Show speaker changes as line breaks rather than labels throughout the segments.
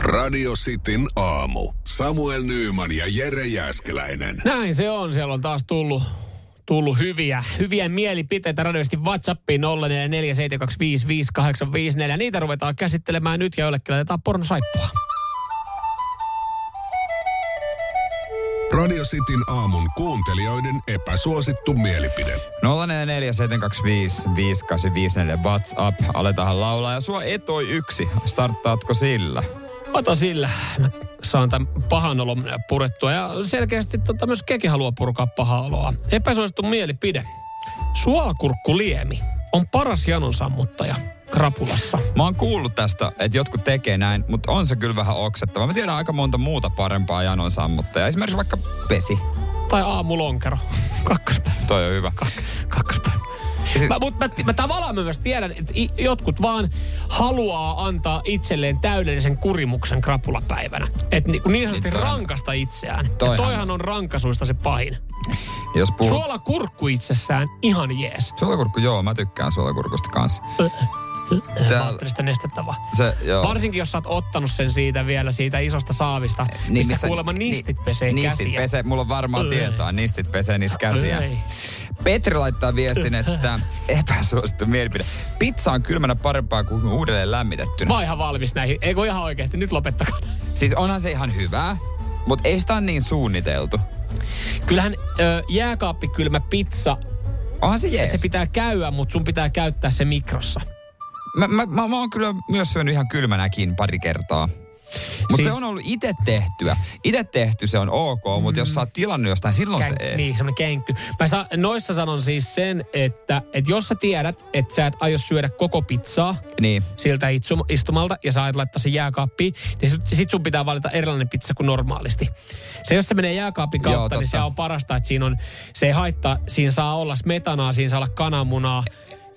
Radio Cityn aamu. Samuel Nyyman ja Jere Jäskeläinen.
Näin se on. Siellä on taas tullut, tullut hyviä, hyviä mielipiteitä radioisesti WhatsAppiin 0447255854. Niitä ruvetaan käsittelemään nyt ja jollekin laitetaan pornosaippua.
Radio Cityn aamun kuuntelijoiden epäsuosittu mielipide.
0447255854 WhatsApp. Aletaan laulaa ja sua etoi yksi. Starttaatko sillä?
Ota sillä. Mä saan tämän pahan olon purettua. Ja selkeästi tota, myös keke haluaa purkaa pahaa oloa. Epäsuosittu mielipide. Suolakurkkuliemi on paras janonsammuttaja krapulassa.
Mä oon kuullut tästä, että jotkut tekee näin, mutta on se kyllä vähän oksettava. Mä tiedän aika monta muuta parempaa janon sammuttajaa. Esimerkiksi vaikka pesi.
Tai aamulonkero. Kakkospäivä.
Toi on hyvä.
Kakkospäivä.
Siis-
Mä, mut mä, mä tavallaan mä myös tiedän, että i- jotkut vaan haluaa antaa itselleen täydellisen kurimuksen krapulapäivänä. Et ni, kun niin sanotusti
Niin toi on-
rankasta itseään.
toihan
ja toihan on rankasuista se pahin.
Jos puhut...
Suolakurkku itsessään, ihan jees.
Suolakurkku, joo, mä tykkään suolakurkusta kanssa. Täällä-
Mä ajattelin sitä nestettä vaan.
Se, joo.
Varsinkin jos sä oot ottanut sen siitä vielä, siitä isosta saavista, niin, missä, kuulemma nistit
ni-
pesee
nistit
käsiä.
Pesee, mulla on varmaan
Öö.
tietoa, nistit pesee niissä käsiä.
Ei.
Petri laittaa viestin, että epäsuosittu mielipide. Pizza on kylmänä parempaa kuin uudelleen lämmitettynä.
Mä oon ihan valmis näihin. Eikö ihan oikeasti, nyt lopettakaa.
Siis onhan se ihan hyvää, mutta ei sitä ole niin suunniteltu.
Kyllähän ö, jääkaappikylmä pizza,
Onhan se jees.
se pitää käyä, mutta sun pitää käyttää se mikrossa.
Mä, mä, mä, mä oon kyllä myös syönyt ihan kylmänäkin pari kertaa. Mutta siis...
Siis-
se on ollut itse tehtyä. Itse tehty se on ok, mutta jos sä oot tilannut jostain, silloin
Mm. Kän,
se ei.
niin, semmonen känkky. Mä sa, noissa sanon siis sen, että, että jos sä tiedät, että sä et aio syödä koko pizzaa,
niin.
siltä itsum, istumalta ja saat laittaa se jääkaappiin, niin sit, sit sun pitää valita erilainen pizza kuin normaalisti. Se, jos se menee jääkaapin
Joo,
kautta, Joo, niin
totta.
se on parasta, että siinä on, se ei haittaa, siinä saa olla smetanaa, siinä saa olla kananmunaa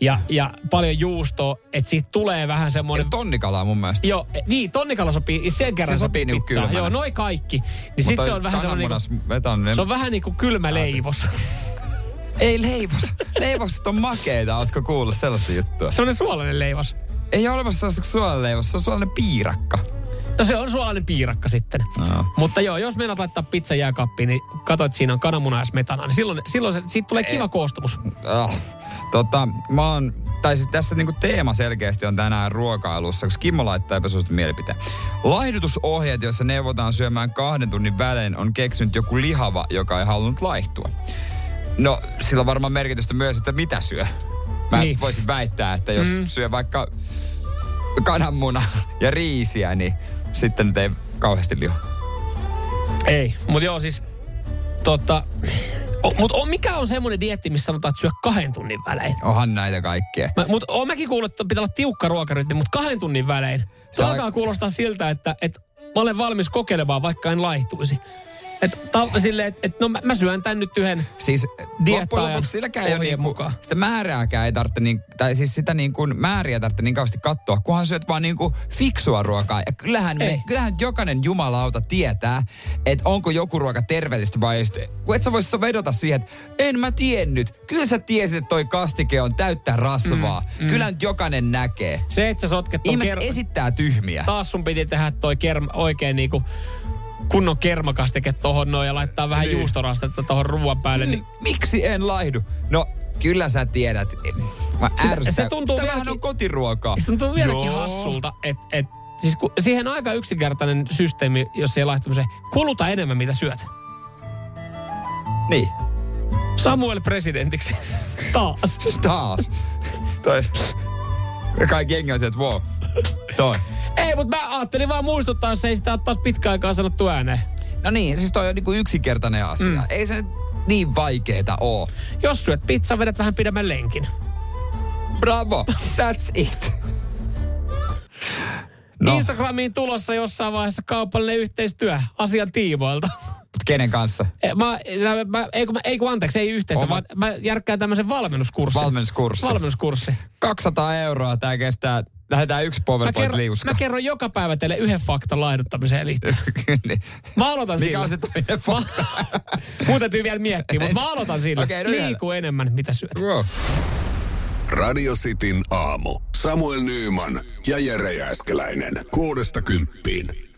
ja, ja paljon juustoa, että siitä tulee vähän
Ja
semmoinen...
tonnikalaa mun mielestä.
Joo, niin, tonnikala sopii, sen kerran
Se sopii niinku
pizzaan.
kylmänä.
Joo, noi kaikki. Niin sit se on vähän semmoinen... Niinku,
Vetan,
se on vähän niin kuin kylmä leivos.
Ei leivos. Leivoset on makeita, ootko kuullut sellaista juttua?
Semmoinen suolainen leivos.
Ei ole olemassa sellaista suolanleivos, se on suolainen piirakka.
No se on suolainen piirakka sitten.
No.
Mutta joo, jos meinaat laittaa pizza jääkaappiin, niin katsoit siinä on kananmuna ja smetanaa, niin silloin, silloin se, siitä tulee kiva koostumus.
Oh. Tota, mä oon, tai siis tässä niinku teema selkeästi on tänään ruokailussa, koska Kimmo laittaa epäsuosittu mielipiteen. Laihdutusohjeet, joissa neuvotaan syömään kahden tunnin välein, on keksinyt joku lihava, joka ei halunnut laihtua. No, sillä on varmaan merkitystä myös, että mitä syö. Mä niin.
Niin.
voisin väittää, että jos mm. syö vaikka kananmuna ja riisiä, niin sitten nyt ei kauheasti liho.
Ei. Mutta joo, siis tota... Mutta on, mikä on semmoinen dietti, missä sanotaan, että syö kahden tunnin välein?
Onhan näitä kaikkea.
Mutta oon mäkin kuullut, että pitää olla tiukka ruokarytmi, mutta kahden tunnin välein. Se
Tää-
alkaa kuulostaa siltä, että, että mä olen valmis kokeilemaan, vaikka en laihtuisi. Että ta- silleen, että et, no mä, mä syön tän nyt yhden.
Siis
Diettaajan
loppujen lopuksi silläkään ei ole
ohjeen
niinku,
mukaan.
sitä määrääkään ei tarvitse, niin, tai siis sitä niin kuin määriä tarvitse niin kauheasti katsoa, kunhan syöt vaan niin kuin fiksua ruokaa. Ja kyllähän, me,
Ei.
kyllähän jokainen jumalauta tietää, että onko joku ruoka terveellistä vai just, kun et sä vois vedota siihen, että en mä tiennyt. Kyllä sä tiesit, että toi kastike on täyttä rasvaa. Mm, mm. Kyllähän nyt jokainen näkee.
Se, että sä sotket ton
Ihmiset
ker-
esittää tyhmiä.
taas sun piti tehdä toi kerma, oikein niinku kunnon kermakastike tohon noin ja laittaa vähän
Niin.
niin. juustorastetta tohon ruoan päälle, niin
Niin miksi en laihdu? No, kyllä sä tiedät. Mä
Sitä-
ärsytän.
se tuntuu
Tämähän
vieläkin-
on kotiruokaa.
se tuntuu vieläkin
Niin. Joo.
Joo. hassulta, että et, siis kun siihen on aika yksinkertainen systeemi, jos ei laihtumiseen, kuluta enemmän mitä syöt.
Niin.
Samuel presidentiksi. Taas.
Taas. Toi. Ja kaikki jengi on se, että wow. Toi.
Ei, mutta mä ajattelin vaan muistuttaa, jos ei sitä ole taas pitkä aikaa sanottu ääneen.
No niin, siis toi on niinku yksinkertainen asia. Mm. Ei se nyt niin vaikeeta oo.
Jos syöt pizza, vedät vähän pidemmän lenkin.
Bravo, that's it.
No.
No,
Instagramiin tulossa jossain vaiheessa kaupallinen yhteistyö asian tiimoilta.
kenen kanssa?
Eh, Mä, mä- mä, ei, kun, mä, ei kun anteeksi, ei yhteistä,
Oma-
Oma... vaan mä järkkään tämmöisen valmennuskurssin.
Valmennuskurssi.
Valmennuskurssi.
200 euroa tää kestää. Lähetään yksi
Mä
PowerPoint
kerron,
liuska.
mä kerron joka päivä teille yhden faktan laihduttamiseen liittyen.
Niin.
Mä aloitan
Mikä
sillä.
on se toinen fakta?
Mun täytyy vielä miettiä, mutta mä aloitan sillä.
Okei, no
Liiku enemmän, mitä syöt.
Wow.
Radio Cityn aamu. Samuel Nyyman ja Jere Jäskeläinen. Kuudesta kymppiin.